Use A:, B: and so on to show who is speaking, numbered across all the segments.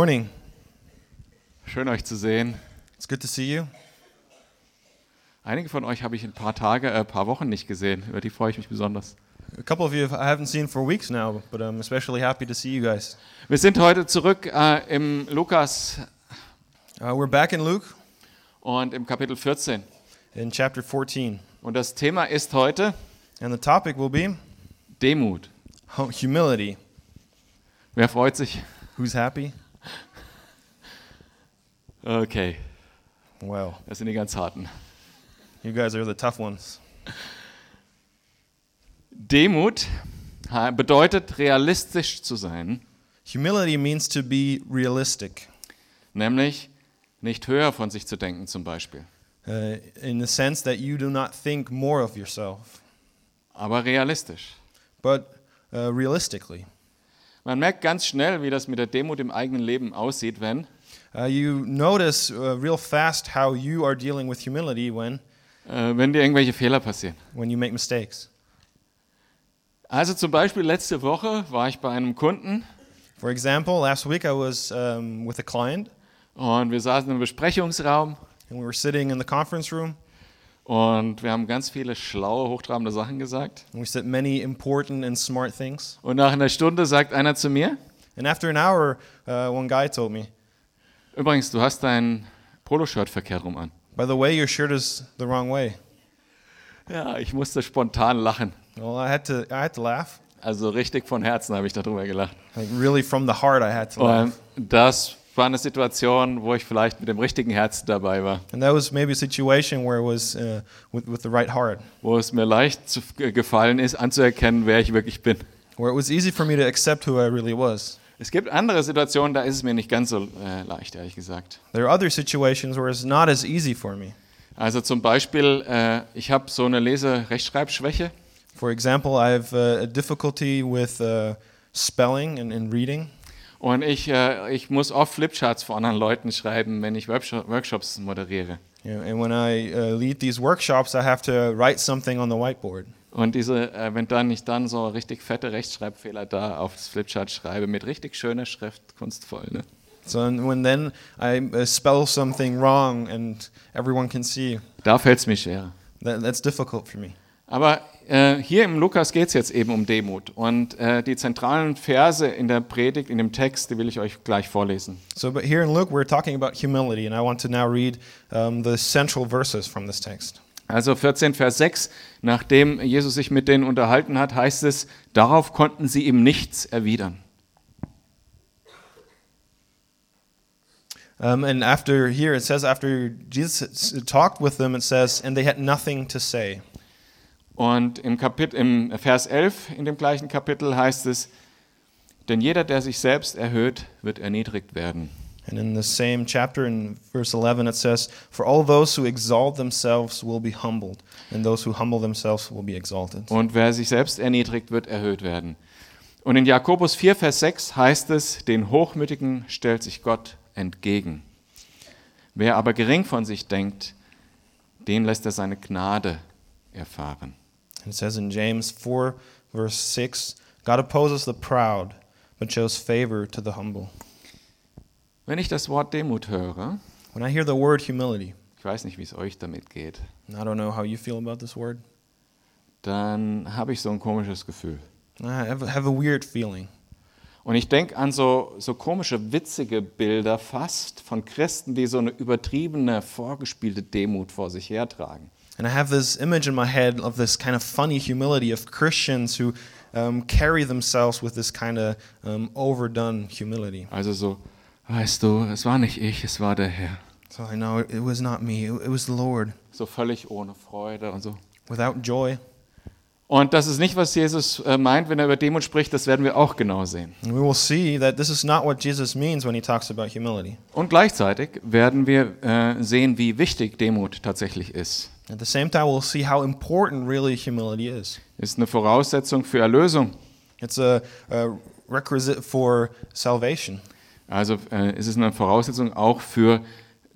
A: Morning.
B: Schön euch zu sehen.
A: It's good to see you.
B: Einige von euch habe ich ein paar Tage, äh, paar Wochen nicht gesehen. Über die freue ich mich besonders.
A: A couple of you I haven't seen for weeks now, but I'm especially happy to see you guys.
B: Wir sind heute zurück äh, im Lukas
A: Uh, we're back in Luke
B: und im Kapitel 14.
A: in chapter 14,
B: Und das Thema ist heute
A: and the topic will be
B: Demut.
A: hu- humility.
B: Wer freut sich?
A: Who's happy?
B: Okay,
A: Well,
B: das sind die ganz harten.
A: you guys are the tough ones.
B: Demut äh, bedeutet realistisch zu sein,
A: Humility means to be realistic,
B: nämlich nicht höher von sich zu denken zum Beispiel,
A: uh, in the sense that you do not think more of yourself,
B: aber realistisch.
A: but uh, realistically.
B: Man merkt ganz schnell, wie das mit der Demut im eigenen Leben aussieht, wenn
A: Uh, you notice uh, real fast how you are dealing with humility when,
B: äh, wenn dir irgendwelche Fehler passieren.
A: when you make mistakes.
B: Also zum Beispiel letzte Woche war ich bei einem Kunden
A: For example, last week I was um, with a client
B: und wir saßen im Besprechungsraum
A: and we were sitting in the conference room
B: und wir haben ganz viele schlaue, hochtrabende Sachen gesagt.
A: and we said many important and smart things.
B: Und nach einer Stunde sagt einer zu mir,
A: And after an hour, uh, one guy told me,
B: übrigens, du hast dein Poloshirt verkehrt rum an.
A: By the way, your shirt is the wrong way.
B: Ja, ich musste spontan lachen.
A: Well, I had to, I had to laugh.
B: Also richtig von Herzen habe ich darüber gelacht.
A: Like, really, from the heart, I had to
B: Und
A: laugh.
B: das war eine Situation, wo ich vielleicht mit dem richtigen Herzen dabei war,
A: And that was maybe a situation where it was uh, with, with the right heart,
B: wo es mir leicht zu, gefallen ist, anzuerkennen, wer ich wirklich bin.
A: where it was easy for me to accept who I really was.
B: Es gibt andere Situationen, da ist es mir nicht ganz so äh, leicht, ehrlich gesagt.
A: There are other situations where it's not as easy for me.
B: Also zum Beispiel, äh, ich habe so eine Lese-Rechtschreibschwäche
A: For example, I have uh, a difficulty with uh, spelling and, and reading.
B: und ich, äh, ich muss oft Flipcharts vor anderen Leuten schreiben, wenn ich Workshop Workshops moderiere.
A: You know, and when I uh, lead these workshops, I have to write something on the whiteboard.
B: Und diese, äh, wenn dann ich dann so richtig fette Rechtschreibfehler da auf das Flipchart schreibe, mit richtig schöner Schrift, kunstvoll. Ne?
A: So and when then I uh, spell something wrong and everyone can see,
B: Da fällt es mir schwer.
A: that, that's difficult for me.
B: Aber äh, hier im Lukas geht es jetzt eben um Demut. Und äh, die zentralen Verse in der Predigt, in dem Text, die will ich euch gleich vorlesen.
A: So, but here in Luke, we're talking about humility, and I want to now read um, the central verses from this text.
B: Also 14, Vers 6, nachdem Jesus sich mit denen unterhalten hat, heißt es, darauf konnten sie ihm nichts erwidern.
A: Um, and after here, it says, after Jesus talked with them, it says, and they had nothing to say.
B: Und im, Kapit im Vers 11, in dem gleichen Kapitel, heißt es, denn jeder, der sich selbst erhöht, wird erniedrigt werden.
A: And in the same chapter, in verse 11, it says, For all those who exalt themselves will be humbled, and those who humble themselves will be exalted.
B: Und wer sich selbst erniedrigt, wird erhöht werden. Und in Jakobus 4, Vers 6 heißt es, den Hochmütigen stellt sich Gott entgegen. Wer aber gering von sich denkt, den lässt er seine Gnade erfahren.
A: It says in James 4, verse 6, God opposes the proud, but shows favor to the humble.
B: Wenn ich das Wort Demut höre,
A: When I hear the word humility,
B: ich weiß nicht, wie es euch damit geht,
A: and I don't know how you feel about this word,
B: dann habe ich so ein komisches Gefühl.
A: I have, have a weird feeling.
B: Und ich denke an so, so komische, witzige Bilder fast von Christen, die so eine übertriebene, vorgespielte Demut vor sich hertragen.
A: And I have this image in my head of this kind of funny humility of Christians who um, carry themselves with this kind of um, overdone humility.
B: Also so, weißt du, es war nicht ich, es war der Herr.
A: So I know it was not me, it was the Lord.
B: So völlig ohne Freude und so.
A: without joy.
B: Und das ist nicht, was Jesus äh, meint, wenn er über Demut spricht, das werden wir auch genau sehen.
A: And we will see that this is not what Jesus means when he talks about humility.
B: Und gleichzeitig werden wir äh, sehen, wie wichtig Demut tatsächlich ist.
A: At the same time, we'll see how important really humility is.
B: ist eine Voraussetzung für Erlösung.
A: It's a, a requisite for salvation.
B: Also äh, ist es eine Voraussetzung auch für,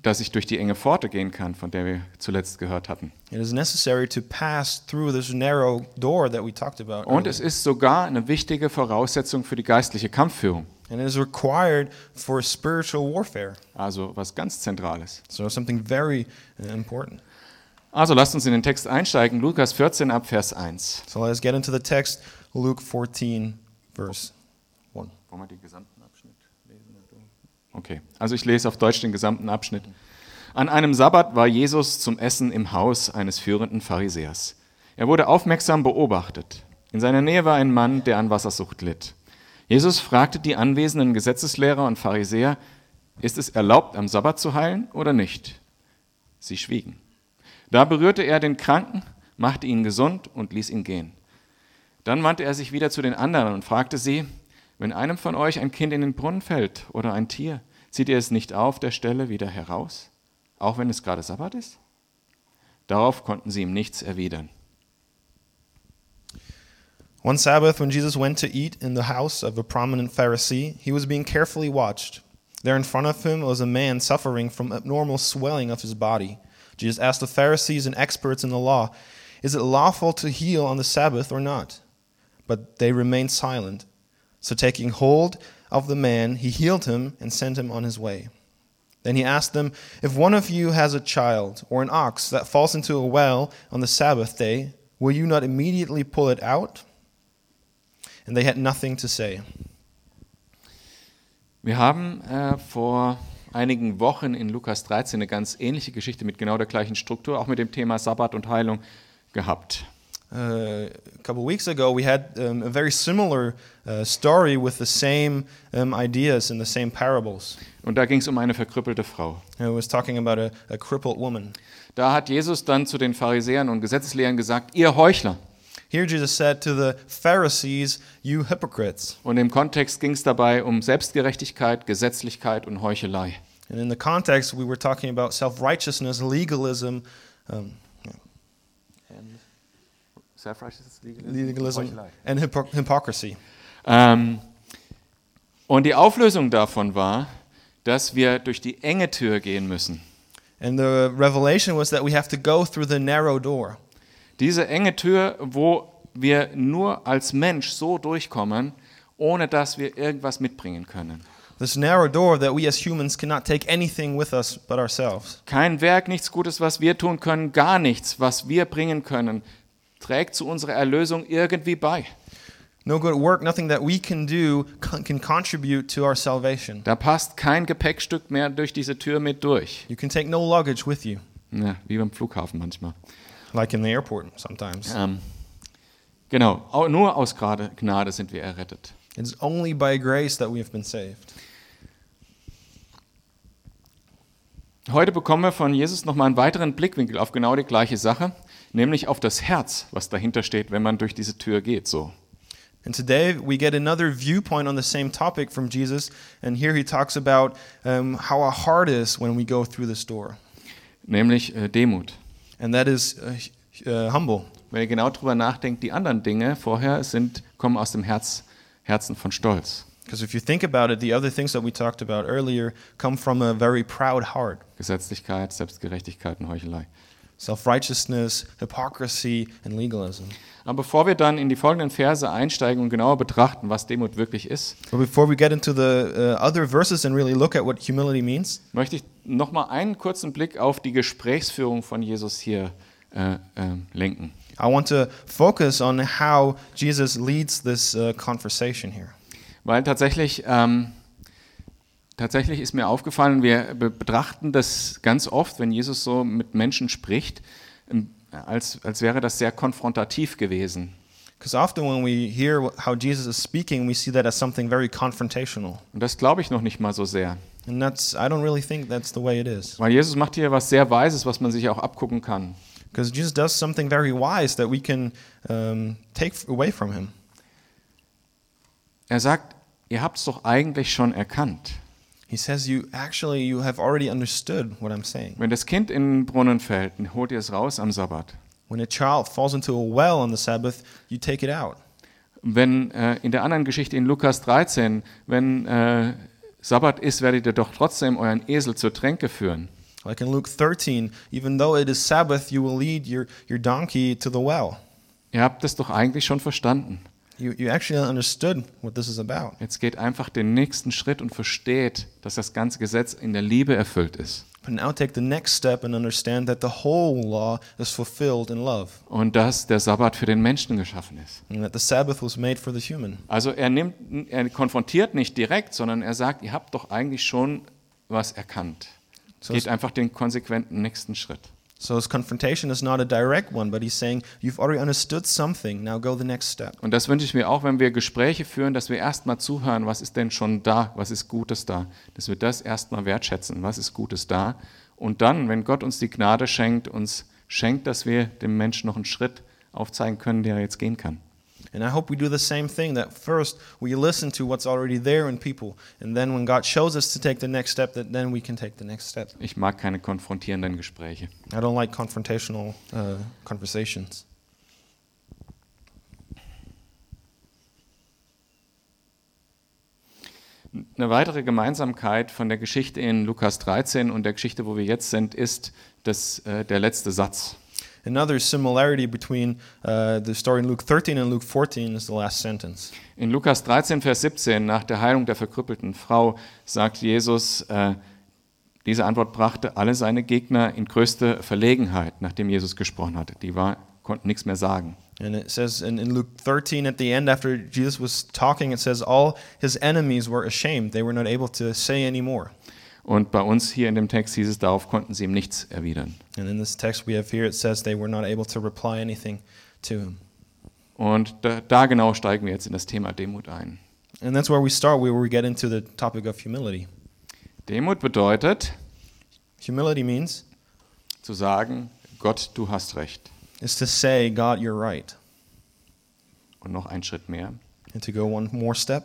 B: dass ich durch die enge Pforte gehen kann, von der wir zuletzt gehört hatten.
A: It is necessary to pass through this narrow door that we talked about.
B: Und
A: earlier.
B: es ist sogar eine wichtige Voraussetzung für die geistliche Kampfführung.
A: And and it is required for spiritual warfare.
B: Also was ganz Zentrales.
A: So something very uh, important.
B: Also lasst uns in den Text einsteigen. Lukas 14 ab Vers 1.
A: So let us get into the text, Luke 14, verse 1.
B: Wollen wir den gesamten Abschnitt lesen? Okay, also ich lese auf Deutsch den gesamten Abschnitt. An einem Sabbat war Jesus zum Essen im Haus eines führenden Pharisäers. Er wurde aufmerksam beobachtet. In seiner Nähe war ein Mann, der an Wassersucht litt. Jesus fragte die anwesenden Gesetzeslehrer und Pharisäer, ist es erlaubt, am Sabbat zu heilen oder nicht? Sie schwiegen. Da berührte er den Kranken, machte ihn gesund und ließ ihn gehen. Dann wandte er sich wieder zu den anderen und fragte sie, wenn einem von euch ein Kind in den Brunnen fällt oder ein Tier, zieht ihr es nicht auf der Stelle wieder heraus, auch wenn es gerade Sabbat ist? Darauf konnten sie ihm nichts erwidern.
A: One Sabbath, when Jesus went to eat in the house of a prominent Pharisee, he was being carefully watched. There in front of him was a man suffering from abnormal swelling of his body. Jesus asked the Pharisees and experts in the law, Is it lawful to heal on the Sabbath or not? But they remained silent. So taking hold of the man, he healed him and sent him on his way. Then he asked them, If one of you has a child or an ox that falls into a well on the Sabbath day, will you not immediately pull it out? And they had nothing to say.
B: Wir haben äh, vor einigen Wochen in Lukas 13 eine ganz ähnliche Geschichte mit genau der gleichen Struktur, auch mit dem Thema Sabbat und Heilung gehabt.
A: Uh, a couple weeks ago, we had um, a very similar uh, story with the same um, ideas and the same parables. Uh,
B: Und da ging es um eine verkrüppelte Frau.
A: It was talking about a, a crippled woman.
B: Da hat Jesus dann zu den Pharisäern und Gesetzeslehrern gesagt, ihr Heuchler.
A: Here, Jesus said to the Pharisees, You hypocrites.
B: Und im Kontext ging es dabei um Selbstgerechtigkeit, Gesetzlichkeit und Heuchelei.
A: And in the context, we were talking about self righteousness, legalism, um, legalism and hypo- hypocrisy.
B: Ähm, und die Auflösung davon war, dass wir durch die enge Tür gehen müssen.
A: And the revelation was that we have to go through the narrow door.
B: Diese enge Tür, wo wir nur als Mensch so durchkommen, ohne dass wir irgendwas mitbringen können.
A: This narrow door that we as humans cannot take anything with us but ourselves.
B: Kein Werk, nichts Gutes, was wir tun können, gar nichts, was wir bringen können, trägt zu unserer Erlösung irgendwie bei.
A: No good work, nothing that we can do con- can contribute to our salvation.
B: Da passt kein Gepäckstück mehr durch diese Tür mit durch.
A: You can take no luggage with you,
B: Ja, wie beim Flughafen manchmal.
A: like in the airport sometimes.
B: Ähm, genau, au- nur aus Gnade Gnade sind wir errettet.
A: It's only by grace that we have been saved.
B: Heute bekommen wir von Jesus nochmal einen weiteren Blickwinkel auf genau die gleiche Sache, nämlich auf das Herz, was dahinter steht, wenn man durch diese Tür geht. So.
A: And today we get another viewpoint on the same topic from Jesus. And here he talks about um, how our heart is when we go through this door.
B: Nämlich äh, Demut.
A: And that is uh, hu- uh, humble.
B: Wenn ihr genau drüber nachdenkt, die anderen Dinge vorher sind, kommen aus dem Herz, Herzen von Stolz.
A: Because if you think about it, the other things that we talked about earlier come from a very proud heart
B: Gesetzlichkeit, Selbstgerechtigkeit und Heuchelei.
A: self righteousness, hypocrisy, and legalism.
B: Aber bevor wir dann in die folgenden Verse einsteigen und genauer betrachten, was Demut wirklich ist,
A: But before we get into the uh, other verses and really look at what humility means,
B: möchte ich nochmal einen kurzen Blick auf die Gesprächsführung von Jesus hier äh, ähm, lenken.
A: I want to focus on how Jesus leads this uh, conversation here.
B: Weil tatsächlich, ähm, tatsächlich ist mir aufgefallen, wir be- betrachten das ganz oft, wenn Jesus so mit Menschen spricht, ähm, als, als wäre das sehr konfrontativ gewesen.
A: Because often when we hear wh- how Jesus is speaking, we see that as something very confrontational.
B: Und das glaube ich noch nicht mal so sehr.
A: And that's, I don't really think that's the way it is.
B: Weil Jesus macht hier was sehr Weises, was man sich auch abgucken kann.
A: Because Jesus does something very wise that we can um, take f- away from him.
B: Er sagt, ihr habt es doch eigentlich schon erkannt.
A: He says, You actually, you have already understood what I'm saying.
B: Wenn das Kind in den Brunnen fällt, dann holt ihr es raus am Sabbat.
A: When a child falls into a well on the Sabbath, you take it out.
B: Wenn äh, in der anderen Geschichte in Lukas 13, wenn äh, Sabbat ist, werdet ihr doch trotzdem euren Esel zur Tränke führen.
A: Like in Luke 13, even though it is Sabbath, you will lead your, your donkey to the well.
B: Ihr habt es doch eigentlich schon verstanden.
A: You, you actually understood what this is about.
B: Jetzt geht einfach den nächsten Schritt und versteht, dass das ganze Gesetz in der Liebe erfüllt ist
A: But now take the next step and understand that the whole law is fulfilled in love,
B: und dass der Sabbat für den Menschen geschaffen ist.
A: and that the Sabbath was made for the human.
B: Also er nimmt, er konfrontiert nicht direkt, sondern er sagt, ihr habt doch eigentlich schon was erkannt.
A: So
B: Geht
A: es-
B: einfach den konsequenten nächsten Schritt.
A: So his confrontation is not a direct one, but he's saying, You've already understood something, now go the next step.
B: Und das wünsche ich mir auch, wenn wir Gespräche führen, dass wir erstmal zuhören, was ist denn schon da, was ist Gutes da, dass wir das erstmal wertschätzen, was ist Gutes da. Und dann, wenn Gott uns die Gnade schenkt, uns schenkt, dass wir dem Menschen noch einen Schritt aufzeigen können, der er jetzt gehen kann.
A: And I hope we do the same thing that first we listen to what's already there in people, and then when God shows us to take the next step, that then we can take the next step.
B: Ich mag keine konfrontierenden Gespräche.
A: I don't like confrontational uh, conversations.
B: Eine weitere Gemeinsamkeit von der Geschichte in Lukas 13 und der Geschichte, wo wir jetzt sind, ist das, äh, der letzte Satz.
A: Another similarity between uh, the story in Luke 13 and Luke 14 is the last sentence.
B: In Lukas 13, Vers 17, nach der Heilung der verkrüppelten Frau, sagt Jesus, äh, diese Antwort brachte alle seine Gegner in größte Verlegenheit, nachdem Jesus gesprochen hatte. Die war, konnten nichts mehr sagen.
A: And it says in, in Luke 13 at the end, after Jesus was talking, it says, All his enemies were ashamed. They were not able to say any more.
B: Und bei uns hier in dem Text hieß es, darauf konnten sie ihm nichts erwidern.
A: And in this text we have here, it says they were not able to reply anything to him.
B: Und da, da genau steigen wir jetzt in das Thema Demut ein.
A: And that's where we start, where we get into the topic of humility.
B: Demut bedeutet,
A: Humility means
B: zu sagen, Gott, du hast recht.
A: is to say, God, you're right,
B: Und noch einen Schritt mehr.
A: and to go one more step.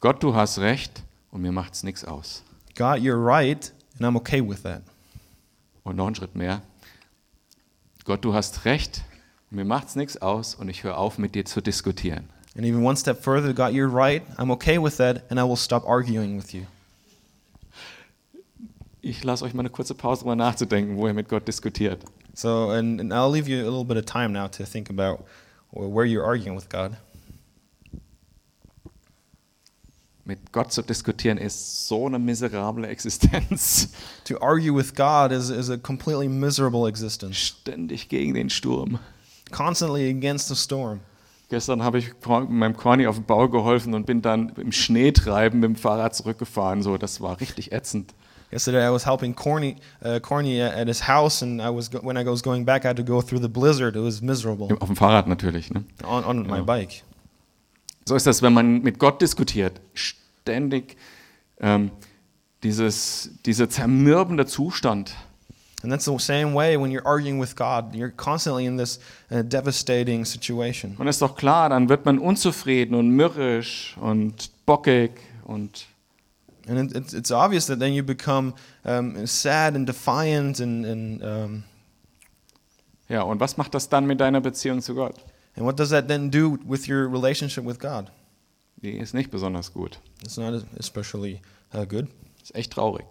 B: Gott, du hast recht und mir macht's nichts aus.
A: God, you're right, and I'm okay with that.
B: Und noch einen Schritt mehr. Gott, du hast recht, mir macht's nichts aus und ich höre auf, mit dir zu diskutieren.
A: And even one step further, God, you're right, I'm okay with that, and I will stop arguing with you.
B: Ich lasse euch mal eine kurze Pause, um nachzudenken, wo ihr mit Gott diskutiert.
A: So, and, and I'll leave you a little bit of time now to think about wh- where you're arguing with God.
B: Mit Gott zu diskutieren ist so eine miserable Existenz.
A: To argue with God is, is a completely miserable existence,
B: Ständig gegen den Sturm.
A: constantly against the storm.
B: Gestern habe ich Cor- meinem Corny auf den Bau geholfen und bin dann im Schneetreiben mit dem Fahrrad zurückgefahren. So, das war richtig ätzend.
A: Yesterday, I was helping Corny, uh, Corny at, at his house, and I was go- when I was going back, I had to go through the blizzard. It was miserable
B: Auf dem Fahrrad natürlich. Ne?
A: on, on my
B: Yeah.
A: bike.
B: So ist das, wenn man mit Gott diskutiert, ständig ähm, dieses, dieser zermürbende Zustand.
A: And that's the same way when you're arguing with God. You're constantly in this uh, devastating situation.
B: Und ist doch klar, dann wird man unzufrieden und mürrisch und bockig und
A: And it, it's, it's obvious that then you become um, sad and defiant and, and um,
B: ja, und was macht das dann mit deiner Beziehung zu Gott?
A: And what does that then do with your relationship with God?
B: Die ist nicht besonders gut.
A: It's not especially uh, good.
B: Ist echt traurig,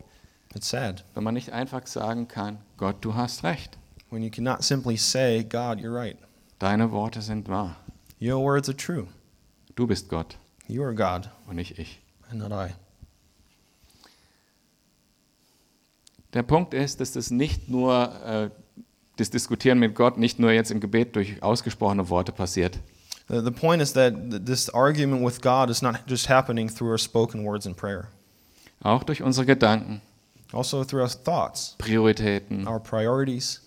A: It's sad
B: wenn man nicht einfach sagen kann, Gott, du hast recht.
A: when you cannot simply say, God, you're right.
B: Deine Worte sind wahr.
A: Your words are true.
B: Du bist Gott
A: You are God
B: und nicht ich.
A: and not I.
B: Der Punkt ist, dass das nicht nur äh, das Diskutieren mit Gott nicht nur jetzt im Gebet durch ausgesprochene Worte passiert,
A: The, the point is that th- this argument with God is not just happening through our spoken words in prayer,
B: auch durch unsere Gedanken,
A: also through our thoughts,
B: Prioritäten
A: our priorities,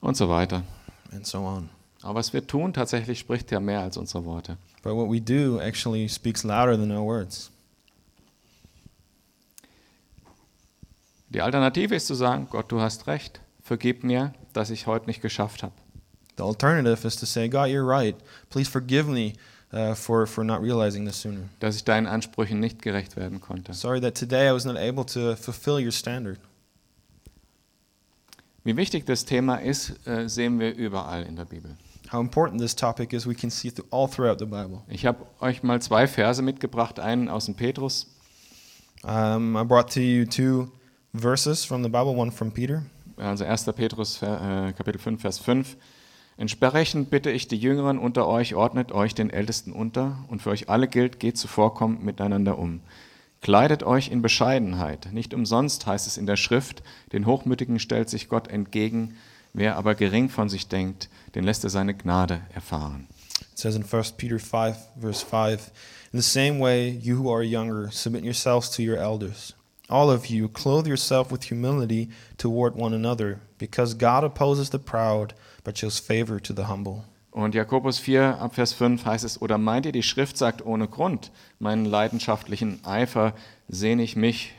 B: und so weiter.
A: and so on.
B: Aber was wir tun, tatsächlich spricht ja mehr als unsere Worte.
A: But what we do actually speaks louder than our words.
B: Die Alternative ist zu sagen, Gott, du hast recht, vergib mir, dass ich heute nicht geschafft habe.
A: The alternative is to say, God, you're right. Please forgive me uh, for, for not realizing this sooner.
B: Dass ich deinen Ansprüchen nicht gerecht werden konnte.
A: Sorry that today I was not able to fulfill your standard.
B: Wie wichtig das Thema ist, äh, sehen wir überall in der Bibel.
A: How important this topic is, we can see through, all throughout the Bible.
B: Ich habe euch mal zwei Verse mitgebracht, einen aus dem Petrus
A: Um, I brought to you two verses from the Bible, one from Peter.
B: also 1. Petrus äh, Kapitel 5, Vers 5. Entsprechend bitte ich die Jüngeren unter euch, ordnet euch den Ältesten unter, und für euch alle gilt, geht zuvorkommend miteinander um. Kleidet euch in Bescheidenheit. Nicht umsonst heißt es in der Schrift, den Hochmütigen stellt sich Gott entgegen, wer aber gering von sich denkt, den lässt er seine Gnade erfahren.
A: It says in 1 Peter 5, verse 5 In the same way, you who are younger, submit yourselves to your elders. All of you, clothe yourself with humility toward one another, because God opposes the proud, but shows favor to the humble.
B: Und Jakobus 4 ab Vers 5 heißt es, oder meint ihr, die Schrift sagt ohne Grund, meinen leidenschaftlichen Eifer sehne ich mich,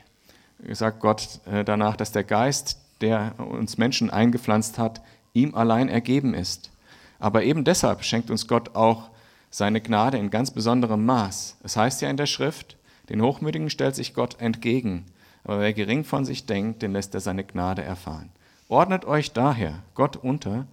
B: sagt Gott äh, danach, dass der Geist, der uns Menschen eingepflanzt hat, ihm allein ergeben ist. Aber eben deshalb schenkt uns Gott auch seine Gnade in ganz besonderem Maß. Es heißt ja in der Schrift, den Hochmütigen stellt sich Gott entgegen, aber wer gering von sich denkt, den lässt er seine Gnade erfahren. Ordnet euch daher Gott unter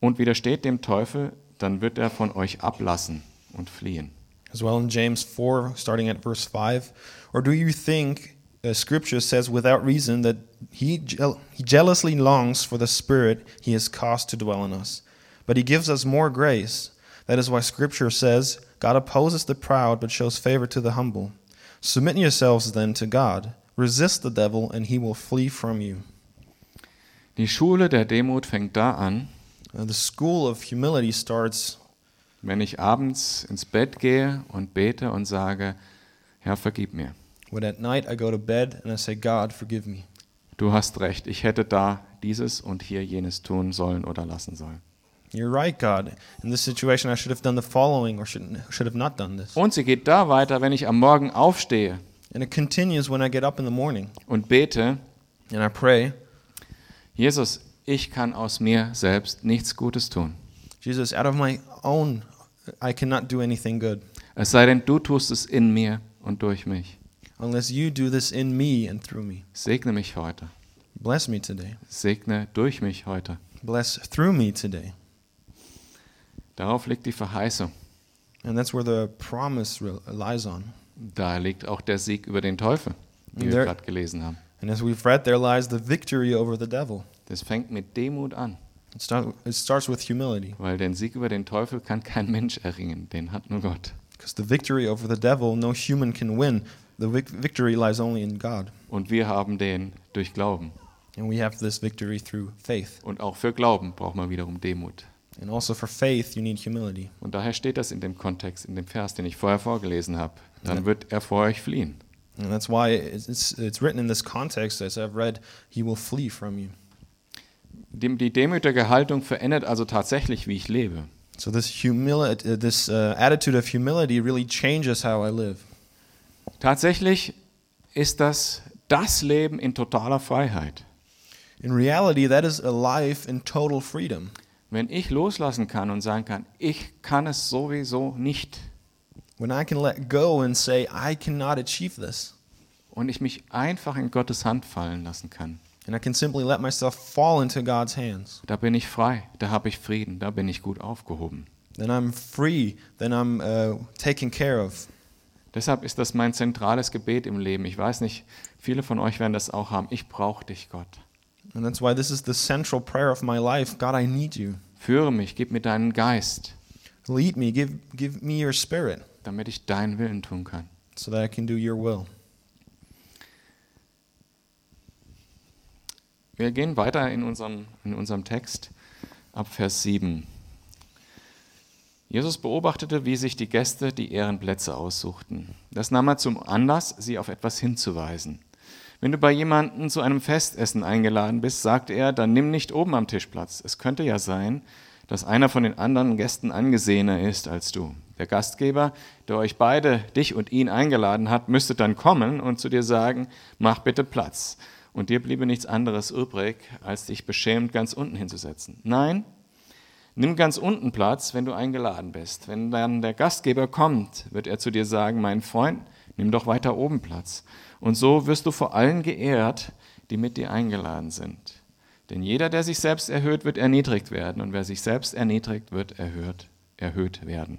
B: und widersteht dem Teufel, dann wird er von euch ablassen und fliehen.
A: As well in James 4, starting at verse 5 Or do you think uh, Scripture says without reason that he, jeal- he jealously longs for the Spirit he has caused to dwell in us? But he gives us more grace. That is why Scripture says, God opposes the proud, but shows favor to the humble. Submit yourselves then to God. Resist the devil, and he will flee from you.
B: Die Schule der Demut fängt da an,
A: Uh, the school of humility starts
B: wenn ich abends ins Bett gehe und bete und sage, Herr, vergib mir.
A: when at night I go to bed and I say, God, forgive me.
B: Du hast recht, ich hätte da dieses und hier jenes tun sollen oder lassen sollen.
A: You're right, God. In this situation, I should have done the following or should, should have not done this.
B: Und sie geht da weiter, wenn ich am Morgen aufstehe
A: And it continues when I get up in the morning
B: und bete,
A: and I pray,
B: Jesus, ich kann aus mir selbst nichts Gutes tun.
A: Jesus, out of my own, I cannot do anything good
B: Es sei denn, du tust es in mir und durch mich.
A: unless you do this in me and through me.
B: Segne mich heute.
A: Bless me today.
B: Segne durch mich heute.
A: Bless through me today.
B: Darauf liegt die Verheißung.
A: And that's where the promise re- lies on.
B: Da liegt auch der Sieg über den Teufel, wie wir
A: Der-
B: gerade gelesen haben.
A: And as we've read, there lies the victory over the devil.
B: Das fängt mit Demut an,
A: It, start, it starts with humility
B: weil den Sieg über den Teufel kann kein Mensch erringen. Den hat nur Gott.
A: because the victory over the devil no human can win. The vic- victory lies only in God.
B: Und wir haben den durch Glauben.
A: And we have this victory through faith.
B: Und auch für Glauben braucht man wiederum Demut.
A: And also for faith, you need humility.
B: Und daher steht das in dem Kontext, in dem Vers, den ich vorher vorgelesen habe. Dann wird er vor euch fliehen.
A: And that's why it's, it's, it's written in this context, as I've read, he will flee from you.
B: Die, die demütige Haltung verändert also tatsächlich, wie ich lebe.
A: So this, humili- uh, this uh, attitude of humility really changes how I live.
B: Tatsächlich ist das das Leben in totaler Freiheit.
A: In reality, that is a life in total freedom.
B: Wenn ich loslassen kann und sagen kann, ich kann es sowieso nicht
A: When I can let go and say, I cannot achieve this.
B: und ich mich einfach in Gottes Hand fallen lassen kann,
A: And I can simply let myself fall into God's hands.
B: da bin ich frei, da habe ich Frieden, da bin ich gut aufgehoben.
A: Then I'm free. Then I'm uh, taken care of.
B: Deshalb ist das mein zentrales Gebet im Leben. Ich weiß nicht, viele von euch werden das auch haben. Ich brauche dich, Gott.
A: And that's why this is the central prayer of my life God, I need you.
B: Führe mich, gib mir deinen Geist,
A: Lead me. Give, give me your spirit
B: damit ich deinen Willen tun kann.
A: so that I can do your will.
B: Wir gehen weiter in unserem, in unserem Text ab Vers 7. Jesus beobachtete, wie sich die Gäste die Ehrenplätze aussuchten. Das nahm er zum Anlass, sie auf etwas hinzuweisen. Wenn du bei jemandem zu einem Festessen eingeladen bist, sagte er, dann nimm nicht oben am Tisch Platz. Es könnte ja sein, dass einer von den anderen Gästen angesehener ist als du. Der Gastgeber, der euch beide, dich und ihn eingeladen hat, müsste dann kommen und zu dir sagen, mach bitte Platz. Und dir bliebe nichts anderes übrig, als dich beschämt ganz unten hinzusetzen. Nein, Nimm ganz unten Platz, wenn du eingeladen bist. Wenn dann der Gastgeber kommt, wird er zu dir sagen, mein Freund, nimm doch weiter oben Platz. Und so wirst du vor allen geehrt, die mit dir eingeladen sind. Denn jeder, der sich selbst erhöht, wird erniedrigt werden. Und wer sich selbst erniedrigt, wird erhöht, erhöht werden.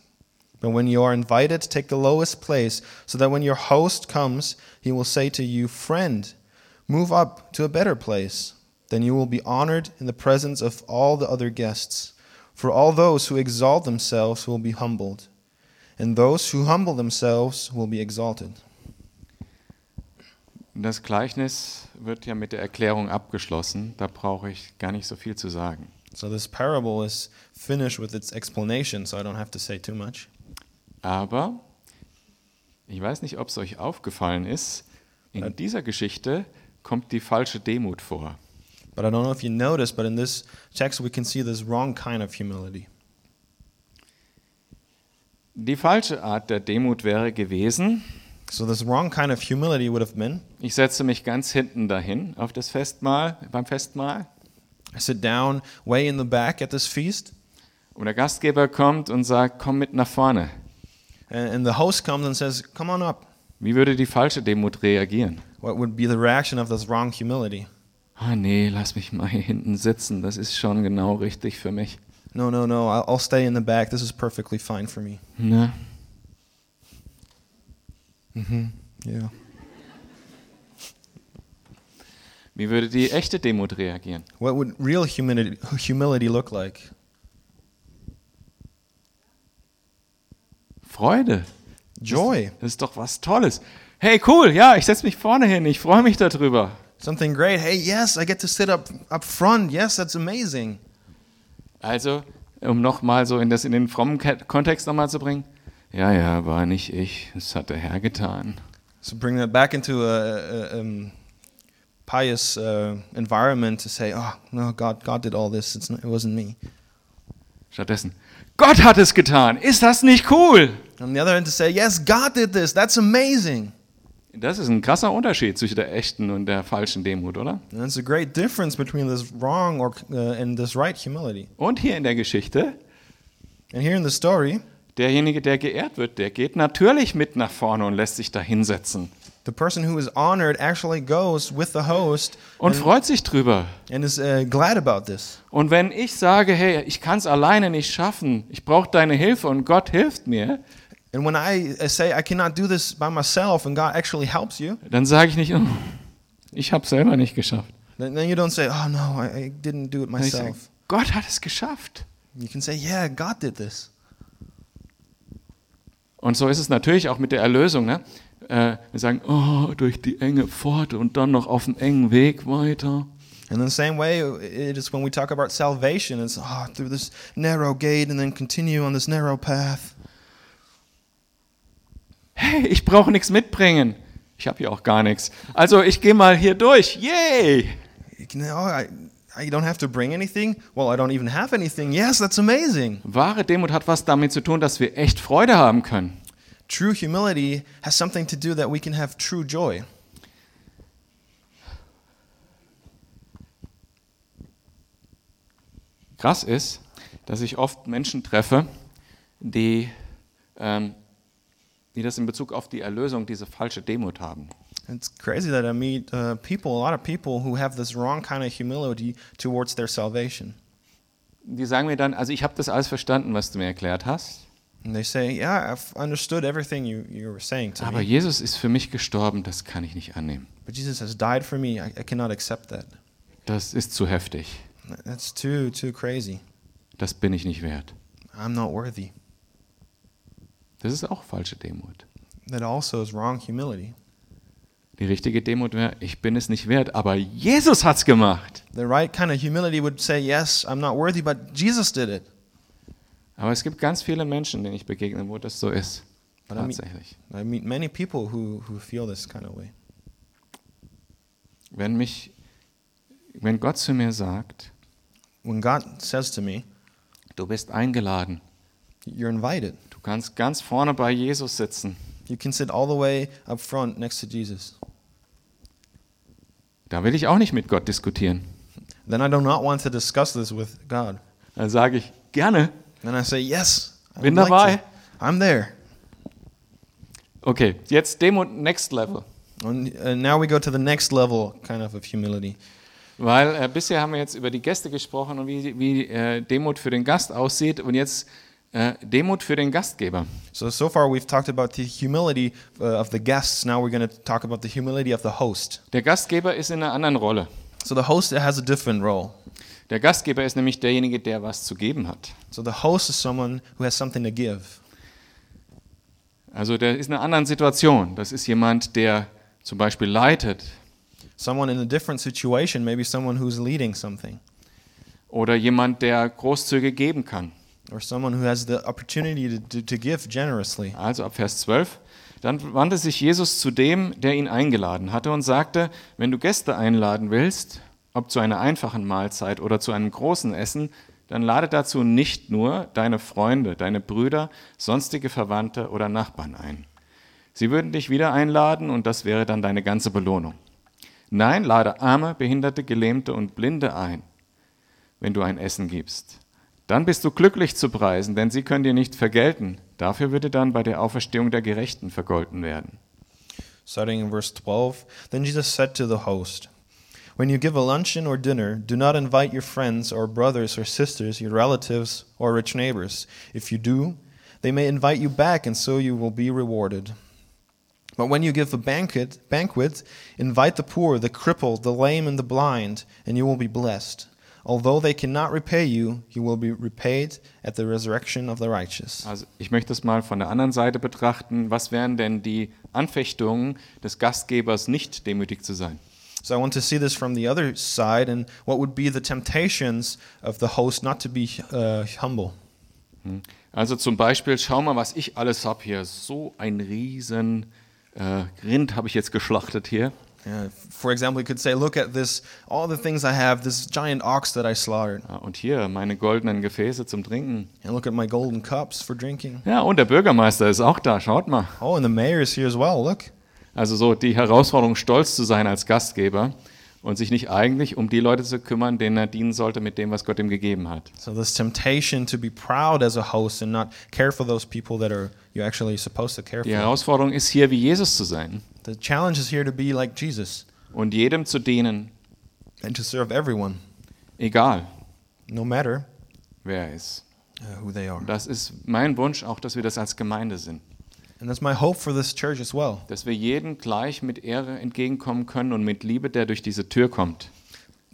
A: But when you are invited, take the lowest place, so that when your host comes, he will say to you, Friend, move up to a better place. Then you will be honored in the presence of all the other guests. For all those who exalt themselves will be humbled, and those who humble themselves will be exalted.
B: Das Gleichnis wird ja mit der Erklärung abgeschlossen. Da brauche ich gar nicht so viel zu sagen.
A: So this parable is finished with its explanation, so I don't have to say too much.
B: Aber ich weiß nicht, ob es euch aufgefallen ist, in dieser Geschichte kommt die falsche Demut vor.
A: But I don't know if you noticed, but in this text we can see this wrong kind of humility.
B: Die falsche Art der Demut wäre gewesen,
A: So this wrong kind of humility would have been
B: ich setze mich ganz hinten dahin auf das Festmahl, beim Festmahl,
A: I sit down way in the back at this feast,
B: und der Gastgeber kommt und sagt, komm mit nach vorne.
A: and, and the host comes and says, Come on up.
B: Wie würde die falsche Demut reagieren?
A: What would be the reaction of this wrong humility?
B: Ah nee, lass mich mal hier hinten sitzen, das ist schon genau richtig für mich.
A: No, no, no, I'll, I'll stay in the back. This is perfectly fine for me.
B: Na,
A: Yeah.
B: wie würde die echte Demut reagieren?
A: What would real humility, humility look like?
B: Freude.
A: Joy.
B: Das ist doch was Tolles. Hey, cool, ja, ich setze mich vorne hin, ich freue mich darüber.
A: Something great. Hey, yes, I get to sit up up front. Yes, that's amazing.
B: Also, um nochmal so in, das, in den frommen Ke- Kontext nochmal zu bringen. Ja, ja, war nicht ich, es hat der Herr getan.
A: So bring that back into a, a um, pious uh, environment to say, oh no, God, God did all this. It's not, it wasn't me.
B: Stattdessen, Gott hat es getan, ist das nicht cool?
A: On the other hand, to say, yes, God did this. That's amazing.
B: Das ist ein krasser Unterschied zwischen der echten und der falschen Demut, oder?
A: And it's a great difference between this wrong or uh, and this right humility.
B: Und hier in der Geschichte,
A: And here in the story,
B: derjenige, der geehrt wird, der geht natürlich mit nach vorne und lässt sich da hinsetzen
A: the person who is honored actually goes with the host
B: und freut sich drüber.
A: and is uh, glad about this.
B: Und wenn ich sage, hey, ich kann es alleine nicht schaffen, ich brauche deine Hilfe und Gott hilft mir,
A: And when I uh, say I cannot do this by myself and God actually helps you,
B: dann sage ich nicht, oh, ich habe selber nicht geschafft.
A: then, then you don't say, oh no, I, I didn't do it
B: Dann ich sag,
A: myself.
B: Gott hat es geschafft.
A: You can say, yeah, God did this.
B: Und so ist es natürlich auch mit der Erlösung. Ne? Äh, wir sagen, oh, durch die enge Pforte und dann noch auf dem engen Weg weiter.
A: And in the same way, uh, it is when we talk about salvation, it's oh, through this narrow gate and then continue on this narrow path.
B: Hey, ich brauche nichts mitbringen. Ich habe hier auch gar nichts. Also ich gehe mal hier durch. Yay!
A: You can, oh, I, I don't have to bring anything. Well, I don't even have anything. Yes, that's amazing.
B: Wahre Demut hat was damit zu tun, dass wir echt Freude haben können.
A: True humility has something to do that we can have true joy.
B: Krass ist, dass ich oft Menschen treffe, die, ähm, die das in Bezug auf die Erlösung, diese falsche Demut haben.
A: It's crazy that I meet uh, people, a lot of people who have this wrong kind of humility towards their salvation.
B: Die sagen mir dann, also ich habe das alles verstanden, was du mir erklärt hast,
A: And they say, Yeah, I've understood everything you, you were saying to
B: aber
A: me.
B: Jesus ist für mich gestorben, das kann ich nicht annehmen.
A: But Jesus has died for me. I, I cannot accept that.
B: Das ist zu heftig,
A: That's too, too crazy.
B: das bin ich nicht wert.
A: I'm not worthy.
B: Das ist auch falsche Demut.
A: That also is wrong humility.
B: Die richtige Demut wäre, ich bin es nicht wert, aber Jesus hat's gemacht.
A: The right kind of humility would say, Yes, I'm not worthy, but Jesus did it.
B: Aber es gibt ganz viele Menschen, denen ich begegne, wo das so ist.
A: But I mean-
B: Tatsächlich.
A: I meet many people who, who feel this kind of way.
B: Wenn mich, wenn Gott zu mir sagt,
A: When God says to me,
B: du bist eingeladen,
A: You're invited,
B: du kannst ganz vorne bei Jesus sitzen,
A: you can sit all the way up front next to Jesus.
B: da will ich auch nicht mit Gott diskutieren.
A: Then I do not want to discuss this with God.
B: Dann sage ich, gerne.
A: Then I say, Yes, I
B: Bin
A: would
B: dabei.
A: to. I'm there.
B: Okay, jetzt Demo Next Level.
A: And uh, now we go to the next level kind of of humility.
B: Weil äh, bisher haben wir jetzt über die Gäste gesprochen und wie, wie äh, Demut für den Gast aussieht und jetzt äh, Demut für den Gastgeber.
A: So, so far we've talked about the humility uh, of the guests. Now we're going to talk about the humility of the host.
B: Der Gastgeber ist in einer anderen Rolle.
A: So the host has a different role.
B: Der Gastgeber ist nämlich derjenige, der was zu geben hat.
A: So the host is someone who has something to give.
B: Also der ist in einer anderen Situation. Das ist jemand, der zum Beispiel leitet
A: Someone in a different situation, maybe someone who's leading something,
B: oder jemand, der großzügig geben kann.
A: or someone who has the opportunity to, to, to give generously.
B: Also ab Vers 12. Dann wandte sich Jesus zu dem, der ihn eingeladen hatte und sagte, wenn du Gäste einladen willst, ob zu einer einfachen Mahlzeit oder zu einem großen Essen, dann lade dazu nicht nur deine Freunde, deine Brüder, sonstige Verwandte oder Nachbarn ein. Sie würden dich wieder einladen und das wäre dann deine ganze Belohnung. Nein, lade Arme, Behinderte, Gelähmte und Blinde ein, wenn du ein Essen gibst. Dann bist du glücklich zu preisen, denn sie können dir nicht vergelten. Dafür würde dann bei der Auferstehung der Gerechten vergolten werden.
A: Starting in verse 12, then Jesus said to the host, When you give a luncheon or dinner, do not invite your friends or brothers or sisters, your relatives or rich neighbors. If you do, they may invite you back, and so you will be rewarded. But when you give a banquet, banquet, invite the poor, the crippled, the lame, and the blind, and you will be blessed. Although they cannot repay you, you will be repaid at the resurrection of the righteous.
B: Also ich möchte es mal von der anderen Seite betrachten. Was wären denn die Anfechtungen des Gastgebers, nicht demütig zu sein?
A: So I want to see this from the other side and what would be the temptations of the host not to be uh, humble.
B: Hm? Also zum Beispiel, schau mal, was ich alles habe hier. So ein riesen äh, Rind habe ich jetzt geschlachtet hier.
A: Uh, for example, you could say, Look at this, all the things I have, this giant ox that I slaughtered,
B: Ah, Und hier meine goldenen Gefäße zum Trinken.
A: and look at my golden cups for drinking.
B: Ja, und der Bürgermeister ist auch da, schaut mal.
A: Oh, and the mayor is here as well, look.
B: Also so die Herausforderung, stolz zu sein als Gastgeber und sich nicht eigentlich um die Leute zu kümmern, denen er dienen sollte mit dem, was Gott ihm gegeben hat.
A: So this temptation to be proud as a host and not care for those people that are you actually supposed to care
B: Die
A: for.
B: Herausforderung ist hier, wie Jesus zu sein
A: The challenge is here to be like Jesus
B: und jedem zu dienen,
A: and to serve everyone,
B: egal
A: no matter
B: wer er ist.
A: uh, who they are.
B: Das ist mein Wunsch, auch dass wir das als Gemeinde sind.
A: And that's my hope for this church as well.
B: Dass wir jedem gleich mit Ehre entgegenkommen können und mit Liebe, der durch diese Tür kommt.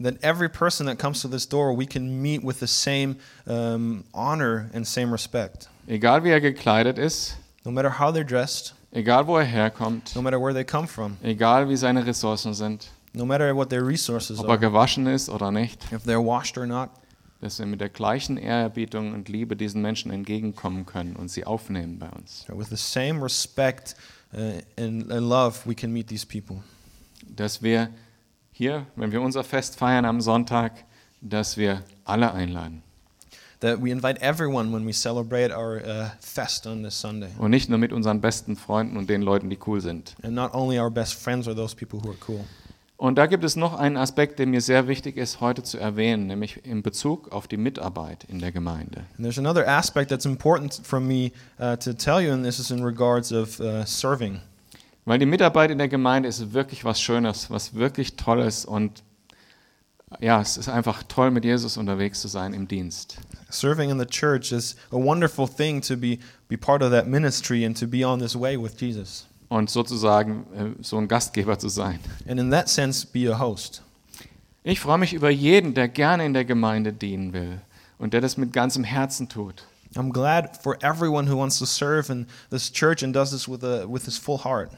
A: that every person that comes to this door we can meet with the same um, honor and same respect
B: Egal wie er gekleidet ist,
A: no matter how they're dressed
B: egal wo er herkommt,
A: no matter where they come from
B: egal wie seine Ressourcen sind,
A: no matter what their resources
B: ob er
A: are
B: gewaschen ist oder nicht.
A: if they're washed or not
B: dass wir mit der gleichen Ehrerbietung und Liebe diesen Menschen entgegenkommen können und sie aufnehmen bei uns.
A: with the same respect uh, and, and love we can meet these people
B: Dass wir hier, wenn wir unser Fest feiern am Sonntag, dass wir alle einladen
A: that we invite everyone when we celebrate our uh, fest on this sunday
B: und nicht nur mit unseren besten Freunden und den Leuten, die cool sind.
A: and not only our best friends are those people who are cool
B: Und da gibt es noch einen Aspekt, der mir sehr wichtig ist, heute zu erwähnen, nämlich in Bezug auf die Mitarbeit in der Gemeinde.
A: and there's another aspect that's important for me uh, to tell you and this is in regards of uh, serving
B: Weil die Mitarbeit in der Gemeinde ist wirklich was Schönes, was wirklich Tolles und ja, es ist einfach toll, mit Jesus unterwegs zu sein im Dienst.
A: Serving in the church is a wonderful thing to be, be part of that ministry and to be on this way with Jesus.
B: und sozusagen äh, so ein Gastgeber zu sein.
A: And in that sense, be a host.
B: Ich freue mich über jeden, der gerne in der Gemeinde dienen will und der das mit ganzem Herzen tut.
A: I'm glad for everyone who wants to serve in this church and does this with, a, with his full heart.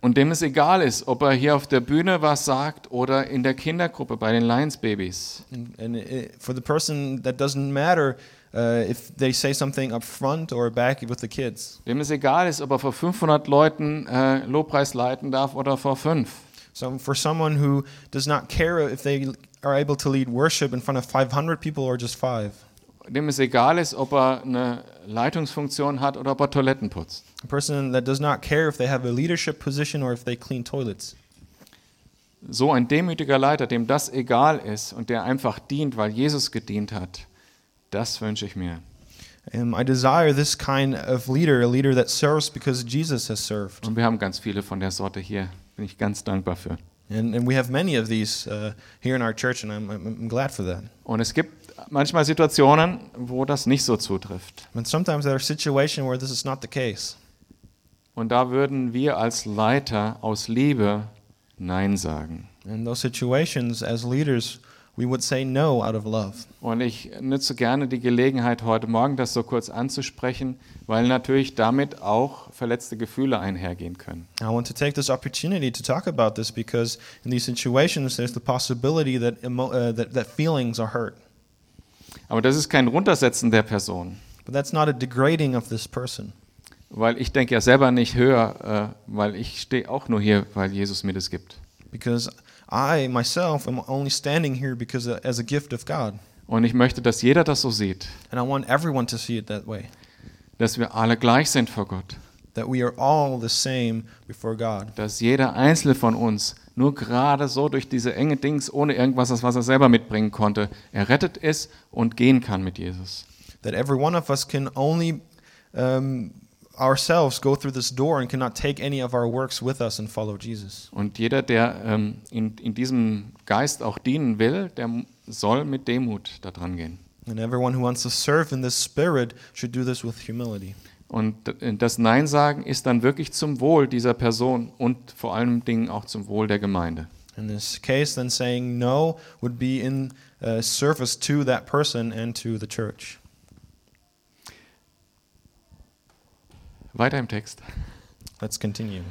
B: Und dem es egal ist, ob er hier auf der Bühne was sagt oder in der Kindergruppe bei den Lions Babys.
A: And, and it, for the person that doesn't matter uh, if they say something up front or back with the kids.
B: Dem es egal ist, ob er vor 500 Leuten äh, Lobpreis leiten darf oder vor fünf.
A: So for someone who does not care if they are able to lead worship in front of 500 people or just five.
B: Dem es egal ist, ob er eine Leitungsfunktion hat oder ob er Toiletten putzt.
A: A person that does not care if they have a leadership position or if they clean toilets.
B: So ein demütiger Leiter, dem das egal ist und der einfach dient, weil Jesus gedient hat, Das wünsche ich mir.
A: Um, I desire this kind of leader, a leader that serves because Jesus has served.
B: Und wir haben ganz viele von der Sorte hier. Bin ich ganz dankbar für.
A: And, and we have many of these uh, here in our church, and I'm, I'm, I'm glad for that.
B: Und es gibt manchmal Situationen, wo das nicht so zutrifft.
A: And sometimes there are situations where this is not the case.
B: Und da würden wir als Leiter aus Liebe Nein sagen.
A: In those situations, as leaders, we would say no out of love.
B: Und ich nütze gerne die Gelegenheit, heute Morgen das so kurz anzusprechen, weil natürlich damit auch verletzte Gefühle einhergehen können.
A: I want to take this opportunity to talk about this because in these situations, there's the possibility that, emo- uh, that, that feelings are hurt.
B: Aber das ist kein Runtersetzen der Person,
A: But that's not a degrading of this person.
B: weil ich denke ja selber nicht höher, äh, weil ich stehe auch nur hier, weil Jesus mir das gibt.
A: because I myself am only standing here because uh, as a gift of God,
B: Und ich möchte, dass jeder das so sieht,
A: and I want everyone to see it that way,
B: dass wir alle gleich sind vor Gott,
A: that we are all the same before God,
B: dass jeder einzelne von uns nur gerade so durch diese enge Dings ohne irgendwas, das was er selber mitbringen konnte, errettet ist und gehen kann mit Jesus.
A: that every one of us can only um, ourselves go through this door and cannot take any of our works with us and follow Jesus.
B: Und jeder, der ähm, in, in diesem Geist auch dienen will, der m- soll mit Demut da dran gehen.
A: And everyone who wants to serve in this spirit should do this with humility.
B: Und d- äh, das Nein sagen ist dann wirklich zum Wohl dieser Person und vor allem Dingen auch zum Wohl der Gemeinde.
A: In this case, then saying no would be in uh, service to that person and to the church.
B: Weiter im Text.
A: Let's continue.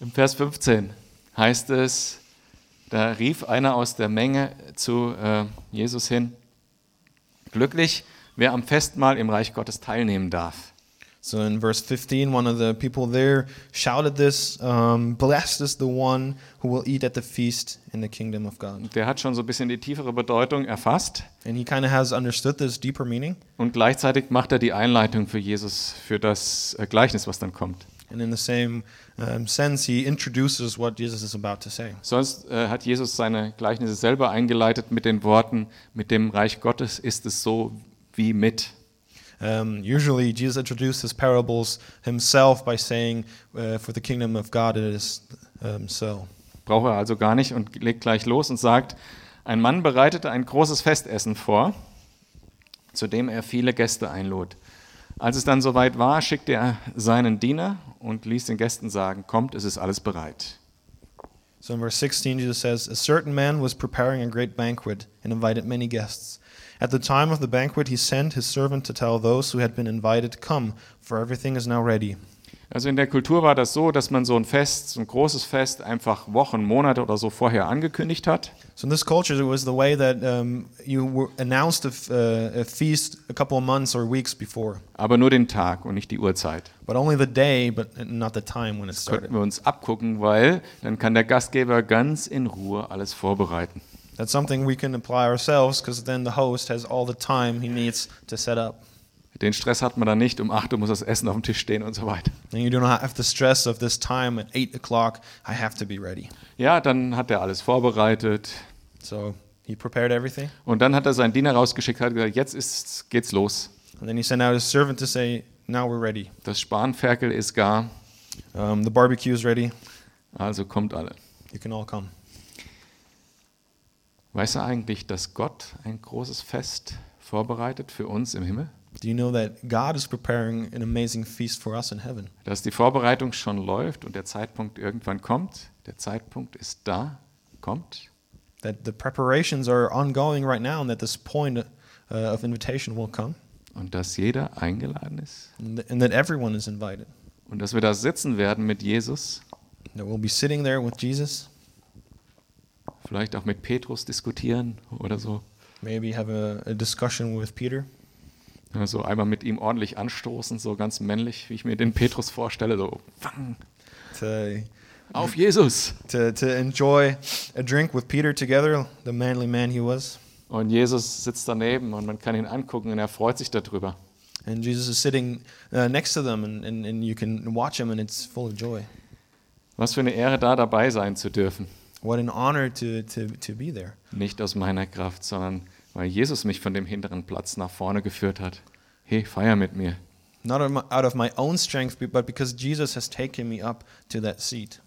B: Im Vers 15 heißt es, da rief einer aus der Menge zu äh, Jesus hin, glücklich, wer am Festmahl im Reich Gottes teilnehmen darf.
A: So in verse 15, one of the people there shouted this um, Blessed is the one who will eat at the feast in the kingdom of God.
B: Der hat schon so ein bisschen die tiefere Bedeutung erfasst.
A: And he kind of has understood this deeper meaning.
B: Und gleichzeitig macht er die Einleitung für Jesus, für das äh, Gleichnis, was dann kommt.
A: And in the same um, sense, he introduces what Jesus is about to say.
B: Sonst äh, hat Jesus seine Gleichnisse selber eingeleitet mit den Worten, mit dem Reich Gottes ist es so wie mit.
A: Um, usually, Jesus introduces his parables himself by saying, uh, For the kingdom of God it is um, so.
B: Braucht er also gar nicht und legt gleich los und sagt, ein Mann bereitete ein großes Festessen vor, zu dem er viele Gäste einlud. Als es dann soweit war, schickte er seinen Diener und ließ den Gästen sagen, kommt, es ist alles bereit.
A: So in verse 16, Jesus says, A certain man was preparing a great banquet and invited many guests. At the time of the banquet, he sent his servant to tell those who had been invited, Come, for everything is now ready.
B: Also in der Kultur war das so, dass man so ein Fest, so ein großes Fest einfach Wochen, Monate oder so vorher angekündigt hat.
A: So in this culture, it was the way that um, you were announced a, f- uh, a feast a couple of months or weeks before,
B: aber nur den Tag und nicht die Uhrzeit.
A: but only the day, but not the time when it
B: Könnten
A: started.
B: wir uns abgucken, weil dann kann der Gastgeber ganz in Ruhe alles vorbereiten.
A: That's something we can apply ourselves because then the host has all the time he needs to set up.
B: Den Stress hat man dann nicht, um 8 Uhr muss das Essen auf dem Tisch stehen und so weiter.
A: And you do not have the stress of this time at 8 o'clock, I have to be ready.
B: Ja, dann hat er alles vorbereitet
A: So he prepared everything,
B: und dann hat er seinen Diener rausgeschickt, hat gesagt, jetzt ist, geht's los.
A: and then he sent out his servant to say, "Now we're ready.
B: Das Spanferkel ist gar,
A: Um, the barbecue is ready.
B: also kommt alle.
A: You can all come."
B: Weißt du eigentlich, dass Gott ein großes Fest vorbereitet für uns im Himmel?
A: Do you know that God is preparing an amazing feast for us in heaven?
B: Dass die Vorbereitung schon läuft und der Zeitpunkt irgendwann kommt. Der Zeitpunkt ist da, kommt.
A: That the preparations are ongoing right now, and that this point uh, of invitation will come,
B: und dass jeder eingeladen ist
A: and, th- and that everyone is invited.
B: und dass wir da sitzen werden mit Jesus,
A: That we'll be sitting there with Jesus,
B: vielleicht auch mit Petrus diskutieren oder so,
A: maybe have a, a discussion with Peter,
B: Ja, so einmal mit ihm ordentlich anstoßen, so ganz männlich, wie ich mir den Petrus vorstelle, so fang,
A: to
B: auf Jesus.
A: to, to enjoy a drink with Peter together, the manly man he was.
B: Und Jesus sitzt daneben und man kann ihn angucken und er freut sich darüber.
A: And Jesus is sitting uh, next to them, and, and, and you can watch him, and it's full of joy.
B: Was für eine Ehre, da dabei sein zu dürfen.
A: What an honor to, to, to be there.
B: Nicht aus meiner Kraft, sondern weil Jesus mich von dem hinteren Platz nach vorne geführt hat. Hey, feier mit mir.
A: not on my- out of my own strength, but because Jesus has taken me up to that seat.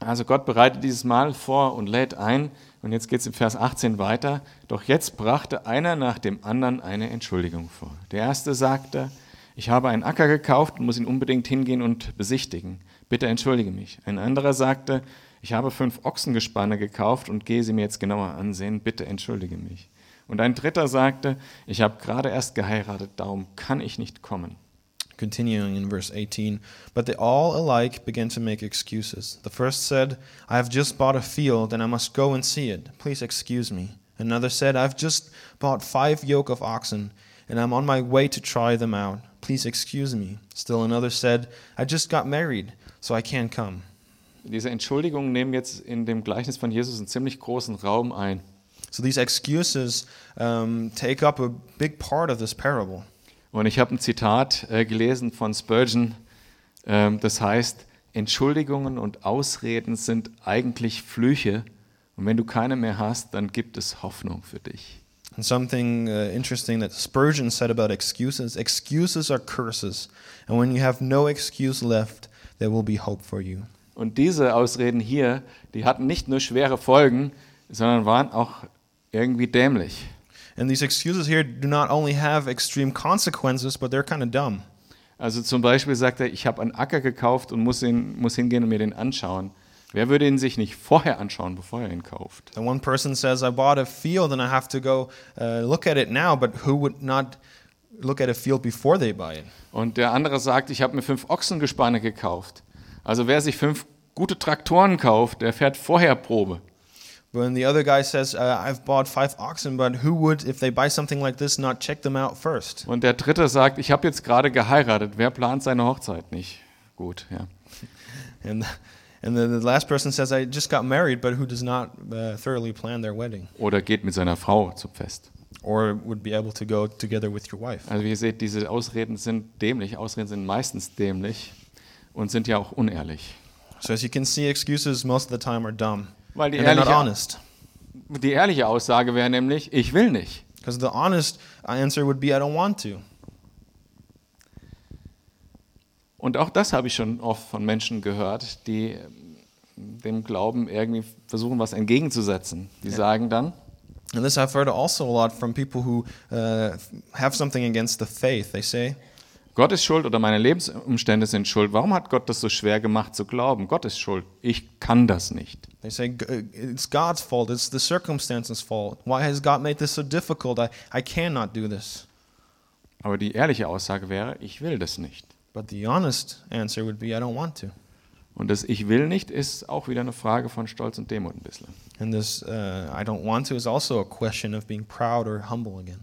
B: Also Gott bereitet dieses Mal vor und lädt ein. Und jetzt geht es im Vers 18 weiter. Doch jetzt brachte einer nach dem anderen eine Entschuldigung vor. Der erste sagte, ich habe einen Acker gekauft und muss ihn unbedingt hingehen und besichtigen. Bitte entschuldige mich. Ein anderer sagte, ich habe fünf Ochsengespanne gekauft und gehe sie mir jetzt genauer ansehen. Bitte entschuldige mich. Und ein dritter sagte, ich habe gerade erst geheiratet, darum kann ich nicht kommen.
A: Continuing in verse 18, but they all alike began to make excuses. The first said, I have just bought a field and I must go and see it. Please excuse me. Another said, I've just bought five yoke of oxen and I'm on my way to try them out. Please excuse me. Still another said, I just got married, so I can't come.
B: Diese Entschuldigungen nehmen jetzt in dem Gleichnis von Jesus einen ziemlich großen Raum ein.
A: So these excuses um, take up a big part of this parable.
B: Und ich habe ein Zitat äh, gelesen von Spurgeon, ähm, das heißt, Entschuldigungen und Ausreden sind eigentlich Flüche und wenn du keine mehr hast, dann gibt es Hoffnung für dich.
A: And something uh, interesting that Spurgeon said about excuses excuses are curses, and when you have no excuse left, there will be hope for you.
B: Und diese Ausreden hier, die hatten nicht nur schwere Folgen, sondern waren auch irgendwie dämlich.
A: And these excuses here do not only have extreme consequences, but they're kind of dumb.
B: Also zum Beispiel sagt er, ich habe einen Acker gekauft und muss, ihn, muss hingehen und mir den anschauen. Wer würde ihn sich nicht vorher anschauen, bevor er ihn kauft?
A: And one person says, I bought a field and I have to go uh, look at it now, but who would not look at a field before they buy it?
B: Und der andere sagt, ich habe mir fünf Ochsengespanne gekauft. Also wer sich fünf gute Traktoren kauft, der fährt vorher Probe.
A: When the other guy says, uh, I've bought five oxen, but who would, if they buy something like this, not check them out first?
B: Und der dritte sagt, ich habe jetzt gerade geheiratet. Wer plant seine Hochzeit nicht? Gut, ja.
A: And and then the last person says, "I just got married," but who does not uh, thoroughly plan their wedding
B: Oder geht mit seiner Frau zum Fest.
A: or would be able to go together with your wife.
B: Also wie ihr seht, diese Ausreden sind dämlich. Ausreden sind meistens dämlich und sind ja auch unehrlich.
A: So as you can see, excuses most of the time are dumb
B: Weil die
A: and they're not
B: ehrliche,
A: honest.
B: die ehrliche Aussage wäre nämlich, ich will nicht.
A: Because the honest answer would be, "I don't want to."
B: Und auch das habe ich schon oft von Menschen gehört, die ähm, dem Glauben irgendwie versuchen, was entgegenzusetzen. Die sagen dann,
A: And this I've heard also a lot from people who uh, have something against the faith. They say,
B: Gott ist schuld oder meine Lebensumstände sind schuld. Warum hat Gott das so schwer gemacht zu glauben? Gott ist schuld. Ich kann das nicht.
A: "They say "G- uh, it's God's fault. It's the circumstances' fault. Why has God made this so difficult? I, I cannot do this."
B: Aber die ehrliche Aussage wäre, ich will das nicht.
A: But the honest answer would be, "I don't want to."
B: Und das Ich will nicht ist auch wieder eine Frage von Stolz und Demut ein bisschen.
A: And this uh, I don't want to is also a question of being proud or humble again.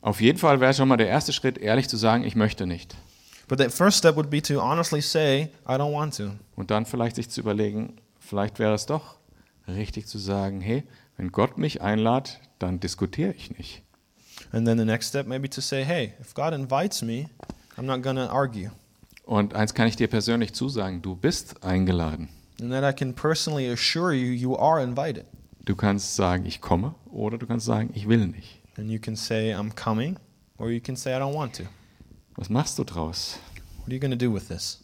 B: Auf jeden Fall wäre schon mal der erste Schritt, ehrlich zu sagen, ich möchte nicht.
A: But that first step would be to honestly say, I don't want to.
B: Und dann vielleicht sich zu überlegen, vielleicht wäre es doch richtig zu sagen, hey, wenn Gott mich einlädt, dann diskutiere ich nicht.
A: And then the next step maybe to say, hey, if God invites me, I'm not going to argue.
B: Und eins kann ich dir persönlich zusagen, du bist eingeladen.
A: And that I can personally assure you, you are invited.
B: Du kannst sagen, ich komme oder du kannst sagen, ich will nicht.
A: And you can say, I'm coming, or you can say, I don't want to. What
B: Was machst du draus?
A: are you going to do with this?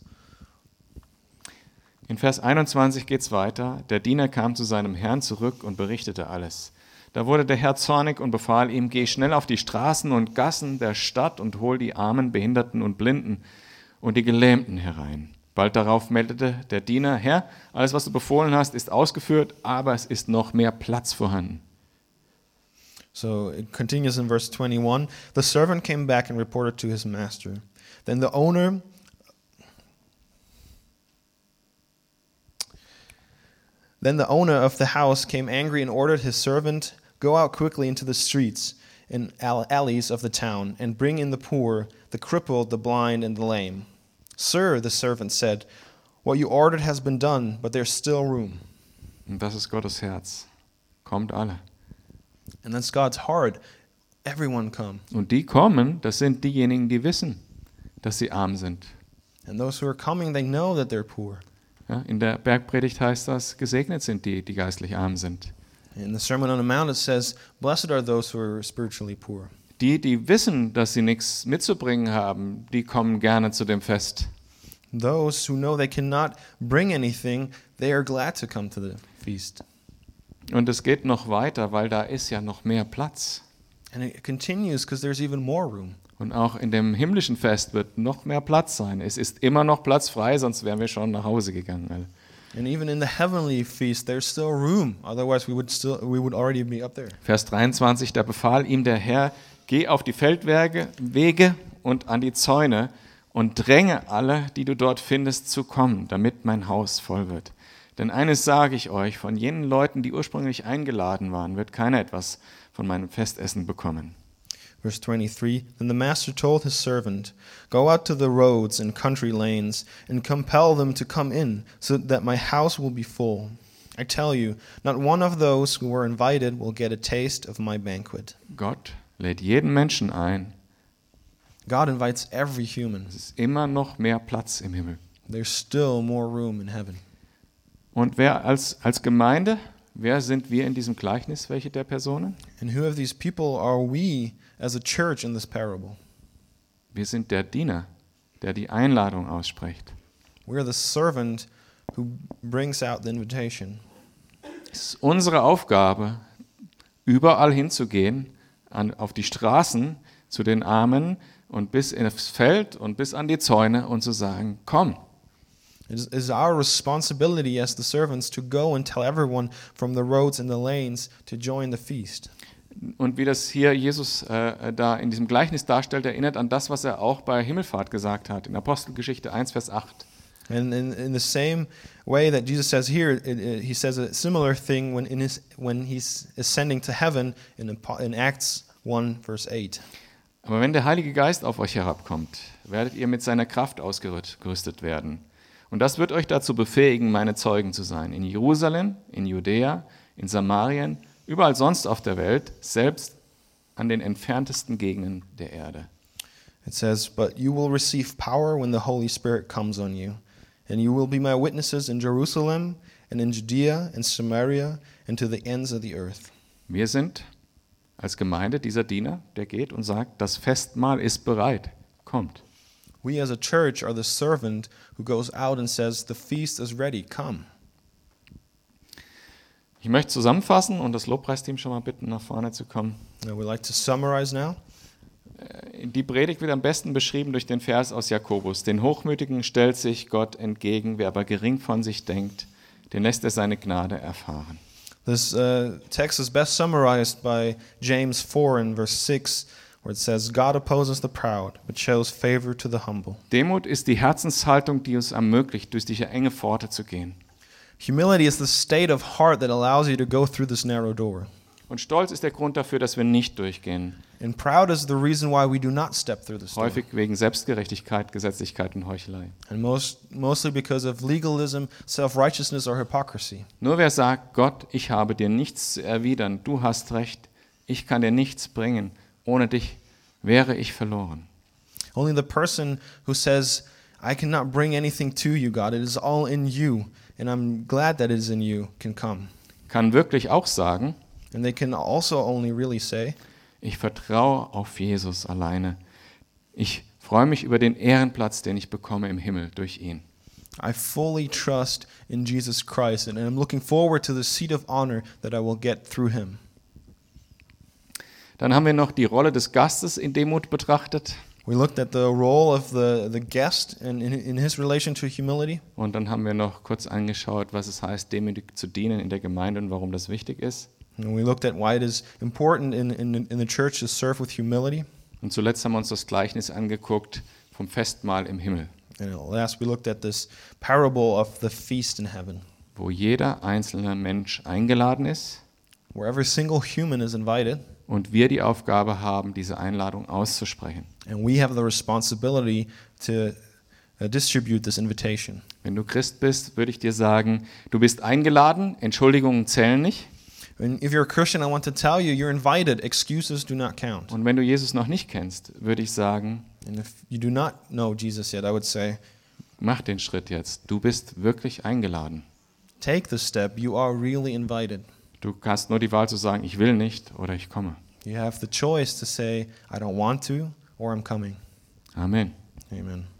B: In Vers 21 geht's weiter. Der Diener kam zu seinem Herrn zurück und berichtete alles. Da wurde der Herr zornig und befahl ihm, geh schnell auf die Straßen und Gassen der Stadt und hol die Armen, Behinderten und Blinden und die Gelähmten herein. Bald darauf meldete der Diener, Herr, alles, was du befohlen hast, ist ausgeführt, aber es ist noch mehr Platz vorhanden.
A: So it continues in verse 21. The servant came back and reported to his master. Then the owner. Then the owner of the house came angry and ordered his servant, Go out quickly into the streets and al- alleys of the town, and bring in the poor, the crippled, the blind, and the lame. Sir, the servant said, What you ordered has been done, but there's still room.
B: Und das ist Gottes Herz. Kommt alle.
A: And that's God's heart. Everyone come.
B: Und die kommen, das sind diejenigen, die wissen, dass sie arm sind.
A: And those who are coming, they know that they're poor.
B: Ja, in der Bergpredigt heißt das, gesegnet sind die, die geistlich arm sind.
A: In the Sermon on the Mount, it says, Blessed are those who are spiritually poor.
B: Die, die wissen, dass sie nichts mitzubringen haben, die kommen gerne zu dem Fest.
A: Those who know they cannot bring anything, they are glad to come to the feast.
B: Und es geht noch weiter, weil da ist ja noch mehr Platz.
A: And it continues because there's even more room.
B: Und auch in dem himmlischen Fest wird noch mehr Platz sein. Es ist immer noch Platz frei, sonst wären wir schon nach Hause gegangen. alle.
A: And even in the heavenly feast, there's still room. Otherwise, we would still we would already be up there.
B: Vers 23, da befahl ihm der Herr, geh auf die Feldwerke, Wege und an die Zäune und dränge alle, die du dort findest, zu kommen, damit mein Haus voll wird. Denn eines sage ich euch, von jenen Leuten, die ursprünglich eingeladen waren, wird keiner etwas von meinem Festessen bekommen.
A: Verse 23 Then the master told his servant, Go out to the roads and country lanes, and compel them to come in, so that my house will be full. I tell you, not one of those who were invited will get a taste of my banquet.
B: Gott lädt jeden Menschen ein.
A: God invites every human.
B: Es ist immer noch mehr Platz im Himmel.
A: There's still more room in heaven.
B: Und wer als, als Gemeinde, wer sind wir in diesem Gleichnis, welche der Personen?
A: And who of these people are we as a church in this parable?
B: Wir sind der Diener, der die Einladung ausspricht.
A: We're the servant who brings out the invitation.
B: Es ist unsere Aufgabe, überall hinzugehen, an, auf die Straßen, zu den Armen und bis ins Feld und bis an die Zäune und zu sagen, komm.
A: It is, it is our responsibility as the servants to go and tell everyone from the roads and the lanes to join the feast.
B: Und wie das hier Jesus äh, da in diesem Gleichnis darstellt, erinnert an das, was er auch bei Himmelfahrt gesagt hat, in Apostelgeschichte 1, Vers 8.
A: And in, in the same way that Jesus says here, it, it, he says a similar thing when, in his, when he's ascending to heaven in, Apo- in Acts 1, verse 8.
B: Aber wenn der Heilige Geist auf euch herabkommt, werdet ihr mit seiner Kraft ausgerüstet werden. Und das wird euch dazu befähigen, meine Zeugen zu sein. In Jerusalem, in Judäa, in Samarien, überall sonst auf der Welt, selbst an den entferntesten Gegenden der Erde.
A: It says, But you will receive power when the Holy Spirit comes on you, and you will be my witnesses in Jerusalem and in Judea and Samaria and to the ends of the earth.
B: Wir sind als Gemeinde dieser Diener, der geht und sagt, das Festmahl ist bereit, kommt.
A: We as a church are the servant who goes out and says, The feast is ready, come.
B: Ich möchte zusammenfassen und das Lobpreisteam schon mal bitten, nach vorne zu kommen.
A: Now we like to summarize now.
B: Die Predigt wird am besten beschrieben durch den Vers aus Jakobus. Den Hochmütigen stellt sich Gott entgegen, wer aber gering von sich denkt, den lässt er seine Gnade erfahren.
A: This uh, text is best summarized by James 4 and verse 6, where it says, God opposes the proud, but shows favor to the humble.
B: Demut ist die Herzenshaltung, die uns ermöglicht, durch diese enge Pforte zu gehen.
A: Humility is the state of heart that allows you to go through this narrow door.
B: Und Stolz ist der Grund dafür, dass wir nicht durchgehen,
A: And proud is the reason why we do not step through this door.
B: häufig wegen Selbstgerechtigkeit, Gesetzlichkeit und Heuchelei.
A: And most, mostly because of legalism, self righteousness, or hypocrisy.
B: Nur wer sagt, Gott, ich habe dir nichts zu erwidern, du hast recht, ich kann dir nichts bringen, ohne dich wäre ich verloren.
A: Only the person who says, I cannot bring anything to you, God, it is all in you, and I'm glad that it is in you, can come.
B: Kann wirklich auch sagen,
A: And they can also only really say,
B: Ich vertraue auf Jesus alleine. Ich freue mich über den Ehrenplatz, den ich bekomme im Himmel durch ihn.
A: I fully trust in Jesus Christ, and I'm looking forward to the seat of honor that I will get through him.
B: Dann haben wir noch die Rolle des Gastes in Demut betrachtet
A: We looked at the role of the, the guest and in, in his relation to humility.
B: und dann haben wir noch kurz angeschaut, was es heißt, demütig zu dienen in der Gemeinde und warum das wichtig ist.
A: And we looked at why it is important in, in, in the church to serve with humility.
B: Und zuletzt haben wir uns das Gleichnis angeguckt vom Festmahl im Himmel,
A: And at last, we looked at this parable of the feast in heaven,
B: wo jeder einzelne Mensch eingeladen ist
A: where every single human is invited,
B: und wir die Aufgabe haben, diese Einladung auszusprechen.
A: and we have the responsibility to uh, distribute this invitation.
B: Wenn du Christ bist, würde ich dir sagen, du bist eingeladen, Entschuldigungen zählen nicht.
A: And if you're a Christian, I want to tell you, you're invited. Excuses do not count.
B: Und wenn du Jesus noch nicht kennst, würde ich sagen,
A: And if you do not know Jesus yet, I would say,
B: mach den Schritt jetzt. Du bist wirklich eingeladen.
A: take the step. You are really invited.
B: Du hast nur die Wahl zu sagen, ich will nicht oder ich komme.
A: You have the choice to say, I don't want to, or I'm coming.
B: Amen.
A: Amen.